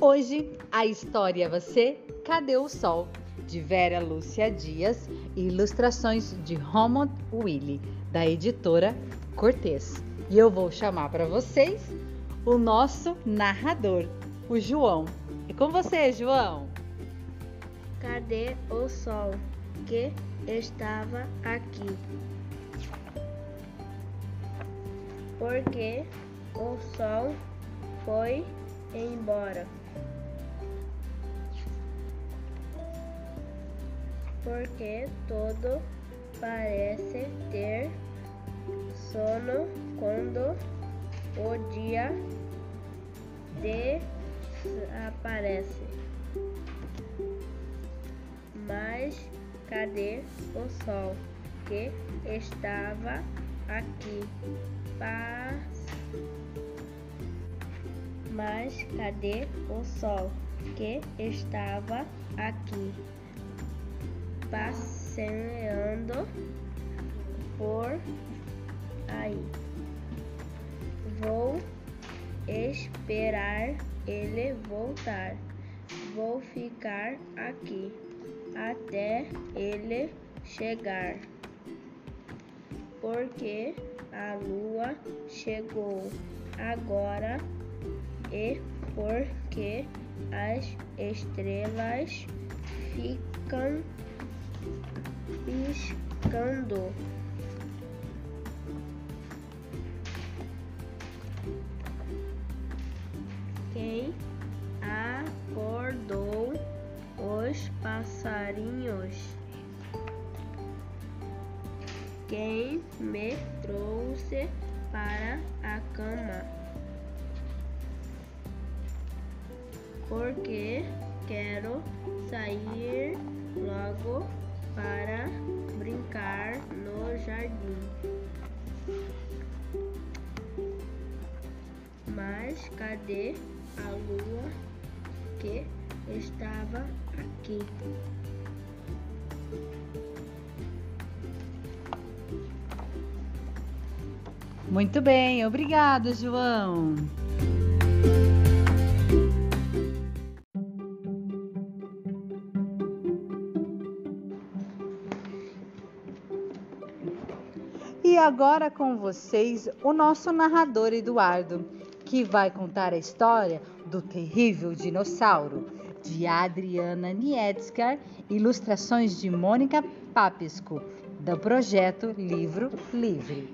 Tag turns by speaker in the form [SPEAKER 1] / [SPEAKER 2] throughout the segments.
[SPEAKER 1] Hoje, a história é Você, Cadê o Sol? De Vera Lúcia Dias e ilustrações de Roman Willy, da editora Cortez. E eu vou chamar para vocês o nosso narrador, o João. E com você, João?
[SPEAKER 2] Cadê o sol que estava aqui? Porque o sol foi embora. Porque todo parece ter sono quando o dia desaparece. Mas cadê o sol que estava aqui? Paz. Mas cadê o sol que estava aqui? Passeando por aí. Vou esperar ele voltar. Vou ficar aqui até ele chegar. Porque a lua chegou agora e porque as estrelas ficam piscando. Quem acordou os passarinhos? Quem me trouxe para a cama? Porque quero sair logo para brincar no jardim. Mas cadê a lua que estava aqui?
[SPEAKER 1] Muito bem, obrigado, João. E agora com vocês o nosso narrador Eduardo, que vai contar a história do terrível dinossauro, de Adriana Nietzscher, ilustrações de Mônica Papisco, do projeto Livro Livre.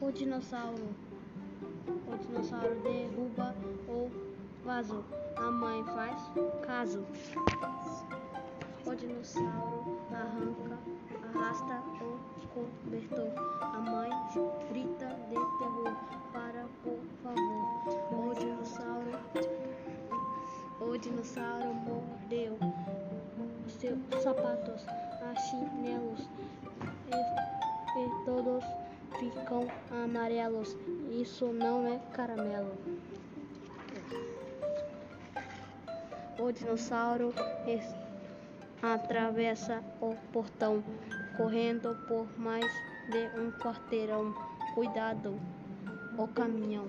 [SPEAKER 3] O dinossauro. O dinossauro derruba o vaso. A mãe faz caso. O dinossauro arranca, arrasta o cobertor. A mãe grita de terror para por favor. O dinossauro. O dinossauro mordeu seus sapatos, as chinelos e, e todos ficam amarelos. Isso não é caramelo. O dinossauro es- atravessa o portão, correndo por mais de um quarteirão. Cuidado, o caminhão.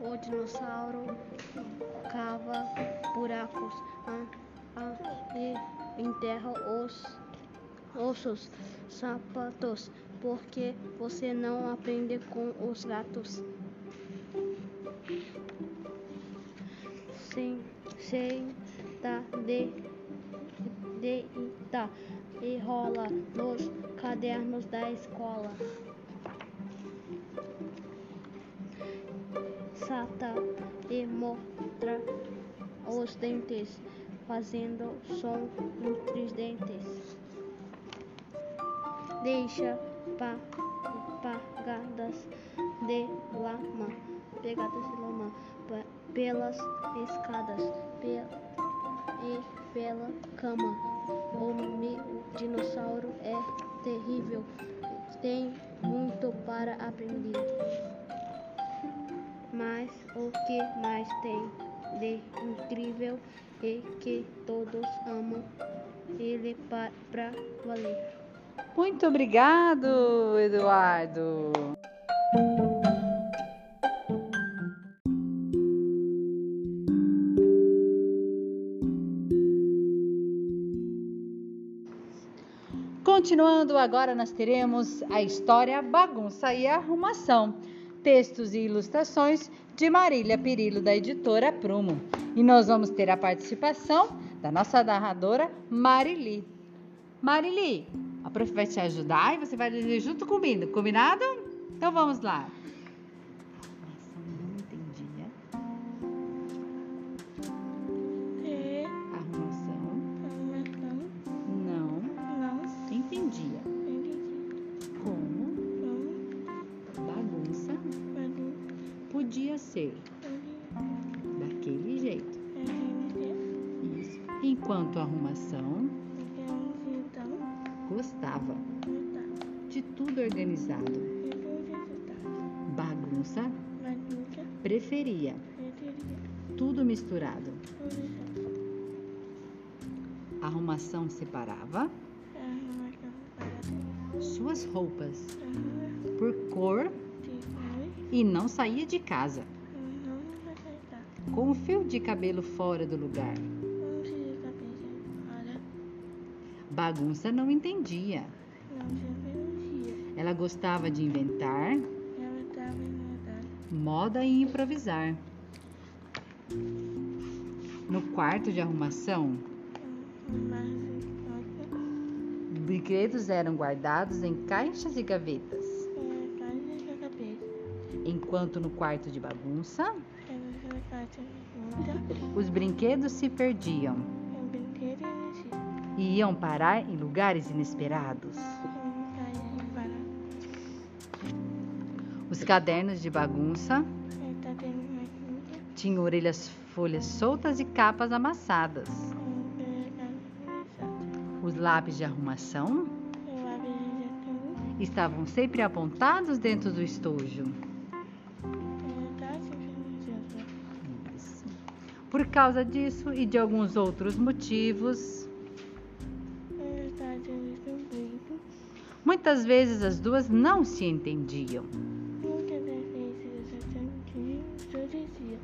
[SPEAKER 3] O dinossauro cava buracos ah, ah, e enterra os ossos, sapatos, porque você não aprende com os gatos. Sem, senta, de, deita e rola nos cadernos da escola. Sata e mostra os dentes, fazendo som entre os dentes deixa pa, pagadas de lama, pegadas de lama pe- pelas escadas pe- e pela cama. O mi- dinossauro é terrível, tem muito para aprender. Mas o que mais tem de incrível é que todos amam ele para valer.
[SPEAKER 1] Muito obrigado, Eduardo. Continuando, agora nós teremos a história Bagunça e Arrumação. Textos e ilustrações de Marília Pirillo, da editora Prumo. E nós vamos ter a participação da nossa narradora Marili. Marili, a prof vai te ajudar e você vai ler junto comigo, combinado? Então vamos lá. Nossa, não né? entendia.
[SPEAKER 2] É,
[SPEAKER 1] Arrumação.
[SPEAKER 2] mas não,
[SPEAKER 1] Não
[SPEAKER 2] não,
[SPEAKER 1] entendia.
[SPEAKER 2] entendi.
[SPEAKER 1] Como
[SPEAKER 2] Não,
[SPEAKER 1] bagunça
[SPEAKER 2] mas
[SPEAKER 1] podia ser
[SPEAKER 2] não,
[SPEAKER 1] daquele jeito.
[SPEAKER 2] entendi.
[SPEAKER 1] Isso. Enquanto a arrumação
[SPEAKER 2] Então,
[SPEAKER 1] gostava
[SPEAKER 2] tá.
[SPEAKER 1] de tudo organizado.
[SPEAKER 2] Eu vou visitar.
[SPEAKER 1] Bagunça
[SPEAKER 2] Mas nunca
[SPEAKER 1] preferia
[SPEAKER 2] entendi.
[SPEAKER 1] tudo misturado.
[SPEAKER 2] Vou visitar.
[SPEAKER 1] Arrumação separava
[SPEAKER 2] Arruma a campada.
[SPEAKER 1] suas roupas
[SPEAKER 2] Arruma
[SPEAKER 1] por cor
[SPEAKER 2] de noite.
[SPEAKER 1] e não saía de casa
[SPEAKER 2] Não vai aceitar.
[SPEAKER 1] com o fio de cabelo fora do lugar.
[SPEAKER 2] Não se cabeça. Olha,
[SPEAKER 1] Bagunça não entendia.
[SPEAKER 2] não um se denuncia.
[SPEAKER 1] Ela gostava de inventar
[SPEAKER 2] Ela estava inundada.
[SPEAKER 1] moda e improvisar. No quarto de arrumação,
[SPEAKER 2] Mas nunca
[SPEAKER 1] brinquedos eram guardados em caixas e gavetas,
[SPEAKER 2] ela cai na cabeça.
[SPEAKER 1] enquanto no quarto de bagunça,
[SPEAKER 2] Ela se caixa nunca.
[SPEAKER 1] os brinquedos se perdiam
[SPEAKER 2] É brinquedo e energia.
[SPEAKER 1] e iam parar em lugares inesperados.
[SPEAKER 2] Ela cai em para.
[SPEAKER 1] Os cadernos de bagunça
[SPEAKER 2] Ela está tendo uma quinta.
[SPEAKER 1] tinham orelhas, folhas soltas e capas amassadas.
[SPEAKER 2] um Ela cai na cabeça.
[SPEAKER 1] Os lápis de arrumação
[SPEAKER 2] Eu abri de tudo.
[SPEAKER 1] estavam sempre apontados dentro do estojo.
[SPEAKER 2] Ela está se financiando.
[SPEAKER 1] Isso. Por causa disso e de alguns outros motivos,
[SPEAKER 2] Ela está tendo um brinco.
[SPEAKER 1] muitas vezes as duas não se entendiam.
[SPEAKER 2] Nunca defende essa tranquila. Todo dia.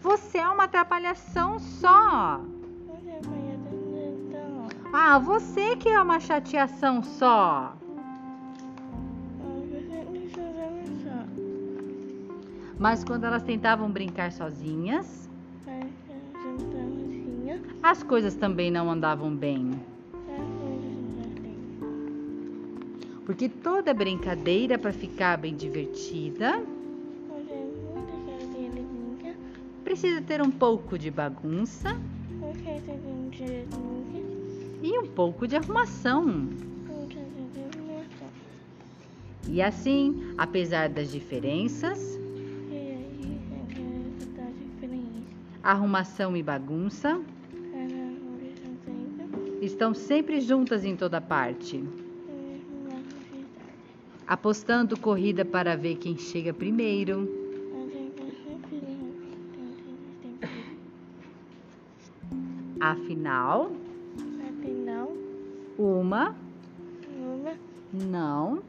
[SPEAKER 1] Você é uma atrapalhação só.
[SPEAKER 2] Você apanha tanto, então,
[SPEAKER 1] Ah, você que é uma chateação só.
[SPEAKER 2] ó, você me chorando só.
[SPEAKER 1] Mas quando elas tentavam brincar sozinhas,
[SPEAKER 2] Vai jantar mocinha,
[SPEAKER 1] as coisas também não andavam bem,
[SPEAKER 2] tá coisa
[SPEAKER 1] porque toda brincadeira para ficar bem divertida
[SPEAKER 2] Você é muito cadeira minha,
[SPEAKER 1] precisa ter um pouco de bagunça
[SPEAKER 2] você tem um direito minha,
[SPEAKER 1] e um pouco de arrumação.
[SPEAKER 2] você tem minha só.
[SPEAKER 1] E assim, apesar das diferenças,
[SPEAKER 2] E aí, eu quero estudar diferente.
[SPEAKER 1] arrumação e bagunça
[SPEAKER 2] Ela não me sustenta,
[SPEAKER 1] estão sempre juntas em toda parte,
[SPEAKER 2] e não necessidade.
[SPEAKER 1] apostando corrida para ver quem chega primeiro.
[SPEAKER 2] Eu tenho que ser feliz, então tem que ser feliz.
[SPEAKER 1] Afinal,
[SPEAKER 2] Afinal,
[SPEAKER 1] uma
[SPEAKER 2] uma,
[SPEAKER 1] não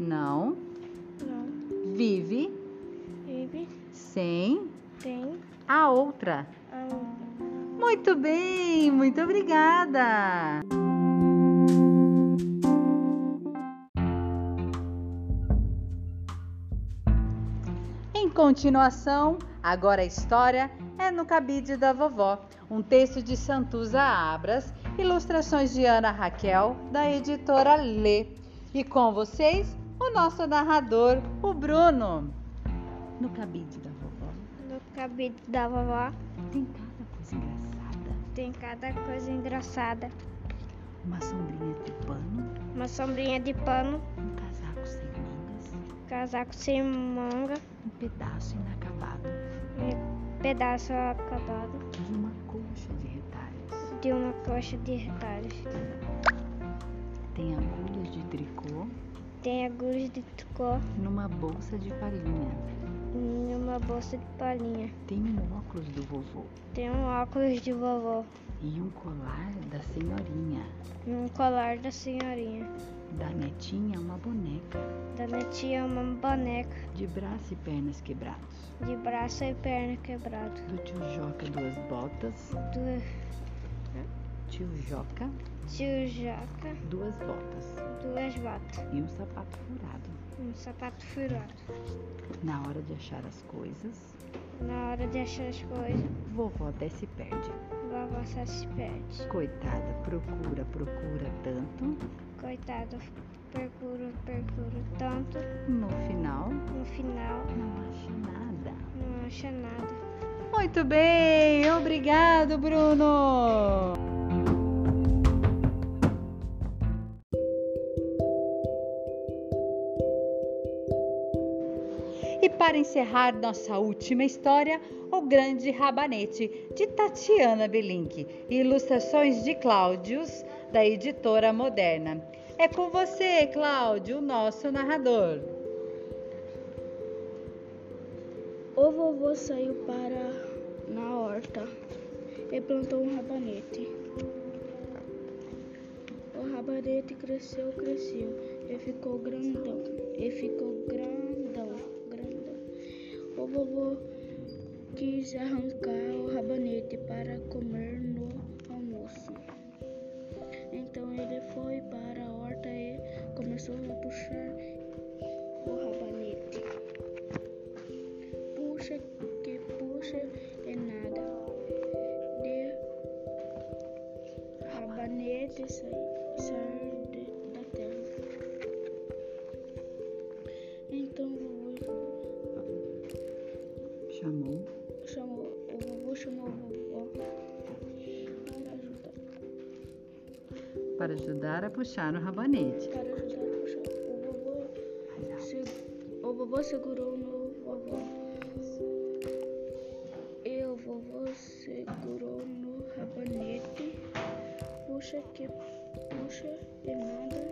[SPEAKER 1] não
[SPEAKER 2] não,
[SPEAKER 1] vive
[SPEAKER 2] vive,
[SPEAKER 1] sem
[SPEAKER 2] tem
[SPEAKER 1] a outra.
[SPEAKER 2] a outra.
[SPEAKER 1] Ah. Muito bem, muito obrigada. Em continuação, agora a história é no cabide da vovó, um texto de Santuza Abras, ilustrações de Ana Raquel, da editora Lê. E com vocês, o nosso narrador, o Bruno. No cabide da vovó
[SPEAKER 3] No cabide da vovó
[SPEAKER 1] tem cada coisa engraçada.
[SPEAKER 3] tem cada coisa engraçada.
[SPEAKER 1] uma sombrinha de pano,
[SPEAKER 3] Uma sombrinha de pano,
[SPEAKER 1] um casaco sem mangas,
[SPEAKER 3] casaco sem manga,
[SPEAKER 1] um pedaço inacabado
[SPEAKER 3] um pedaço acabado
[SPEAKER 1] de uma colcha de retalhos.
[SPEAKER 3] de uma coxa de retalhos.
[SPEAKER 1] Tem agulhas de tricô
[SPEAKER 3] Tem agulhas de tricô
[SPEAKER 1] numa bolsa de farinha.
[SPEAKER 3] e uma bolsa de palhinha.
[SPEAKER 1] Tem um óculos do vovô
[SPEAKER 3] Tem um óculos de vovó
[SPEAKER 1] e um colar da senhorinha.
[SPEAKER 3] e um colar da senhorinha.
[SPEAKER 1] Da netinha, uma boneca
[SPEAKER 3] Da netinha uma boneca
[SPEAKER 1] de braço e pernas quebrados.
[SPEAKER 3] de braço e perna quebrado.
[SPEAKER 1] Do tio Joca, duas botas
[SPEAKER 3] Do
[SPEAKER 1] de tio Joca
[SPEAKER 2] Tio Jaca,
[SPEAKER 1] duas botas
[SPEAKER 2] duas botas,
[SPEAKER 1] e um sapato furado.
[SPEAKER 2] um sapato furado.
[SPEAKER 1] Na hora de achar as coisas,
[SPEAKER 2] Na hora de achar as coisas,
[SPEAKER 1] vovó desce e perde.
[SPEAKER 2] vovó só se perde.
[SPEAKER 1] Coitada, procura, procura tanto.
[SPEAKER 2] Coitado, percuro, percuro tanto,
[SPEAKER 1] No final,
[SPEAKER 2] no final
[SPEAKER 1] não acha nada.
[SPEAKER 2] não acha nada.
[SPEAKER 1] Muito bem, obrigado, Bruno! E para encerrar nossa última história, O Grande Rabanete, de Tatiana Belink, e ilustrações de Cláudios, da editora Moderna. É com você, Cláudio, o nosso narrador.
[SPEAKER 2] O vovô saiu para na horta e plantou um rabanete. O rabanete cresceu, cresceu e ficou grandão, e ficou grandão, grandão. O vovô quis arrancar o rabanete para comer no almoço. Então ele foi para a horta e começou a puxar o rabanete. Puxa que puxa e nada. De rabanete sair, sair de, da terra. Então o vovô
[SPEAKER 1] Chamou.
[SPEAKER 2] chamou, o vovô chamou o vovó para ajudar,
[SPEAKER 1] Para ajudar a puxar o rabanete.
[SPEAKER 2] para ajudar a puxar. O vovô, se- o vovô segurou no vovó. E o vovô segurou no rabanete, puxa que puxa e manda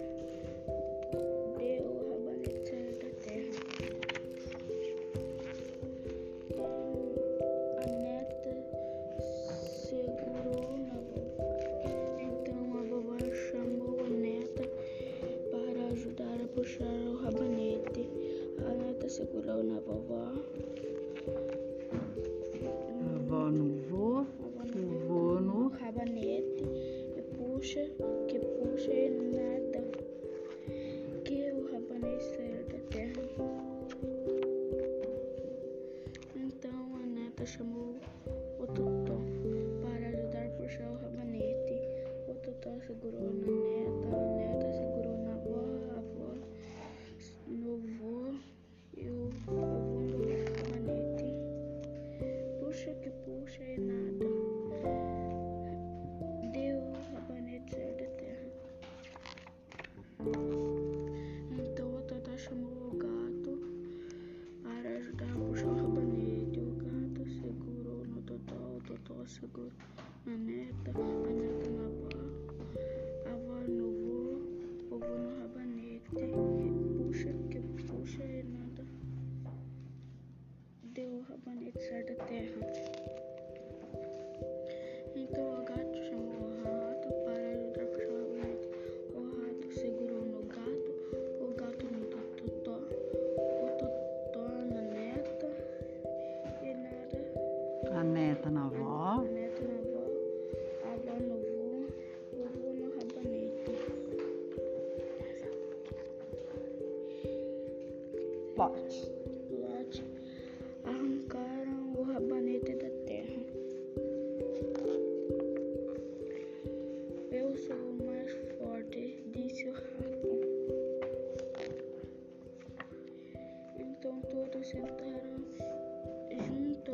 [SPEAKER 2] de o rabanete sair da terra. É, A neta segurou na vovó. Então a vovó chamou a neta para ajudar a puxar o rabanete. A neta segurou na vovó.
[SPEAKER 1] Vó no vô,
[SPEAKER 2] A vovó
[SPEAKER 1] o vô no.
[SPEAKER 2] um rabanete e puxa, que puxa e nada. Que o rabanete saiu da terra. Então a neta chamou o Totó para ajudar a puxar o rabanete. O Totó segurou na neta, a neta segurou na avó, a avó no vô e o avô no rabanete. Puxa que puxa e nada. Deu a planeta é da Terra. Então o Tata chamou o gato para ajudar a puxar o rabanete. O gato segurou no Totó, o Totó segurou na neta, a neta na avó, a avó no vô, o vô no rabanete. E puxa, que puxa e nada. Deu o rabanete sair da terra. Então o gato chamou o rato para ajudar a puxar o rato. O rato segurou no gato, o gato no totó, o totó na neta e nada.
[SPEAKER 1] A neta na
[SPEAKER 2] A
[SPEAKER 1] avó,
[SPEAKER 2] neta na avó, a avó no vô, o vô no rabanete.
[SPEAKER 1] pote.
[SPEAKER 2] Lote arrancaram o rabanete da terra. Eu sou o mais forte, disse o rato. Então todos sentaram junto,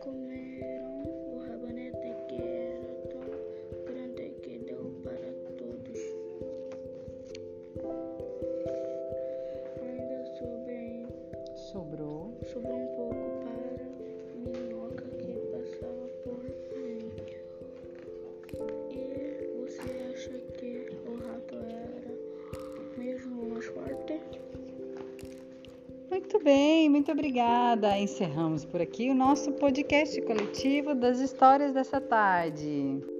[SPEAKER 2] comeram o rabanete que era tão grande que deu para todos. Ainda sobrem
[SPEAKER 1] Sobrou.
[SPEAKER 2] sobrou um pouco para a minhoca que passava por mim. E você acha que o rato era mesmo o mais forte?
[SPEAKER 1] Muito bem, muito obrigada. Encerramos por aqui o nosso podcast coletivo das histórias dessa tarde.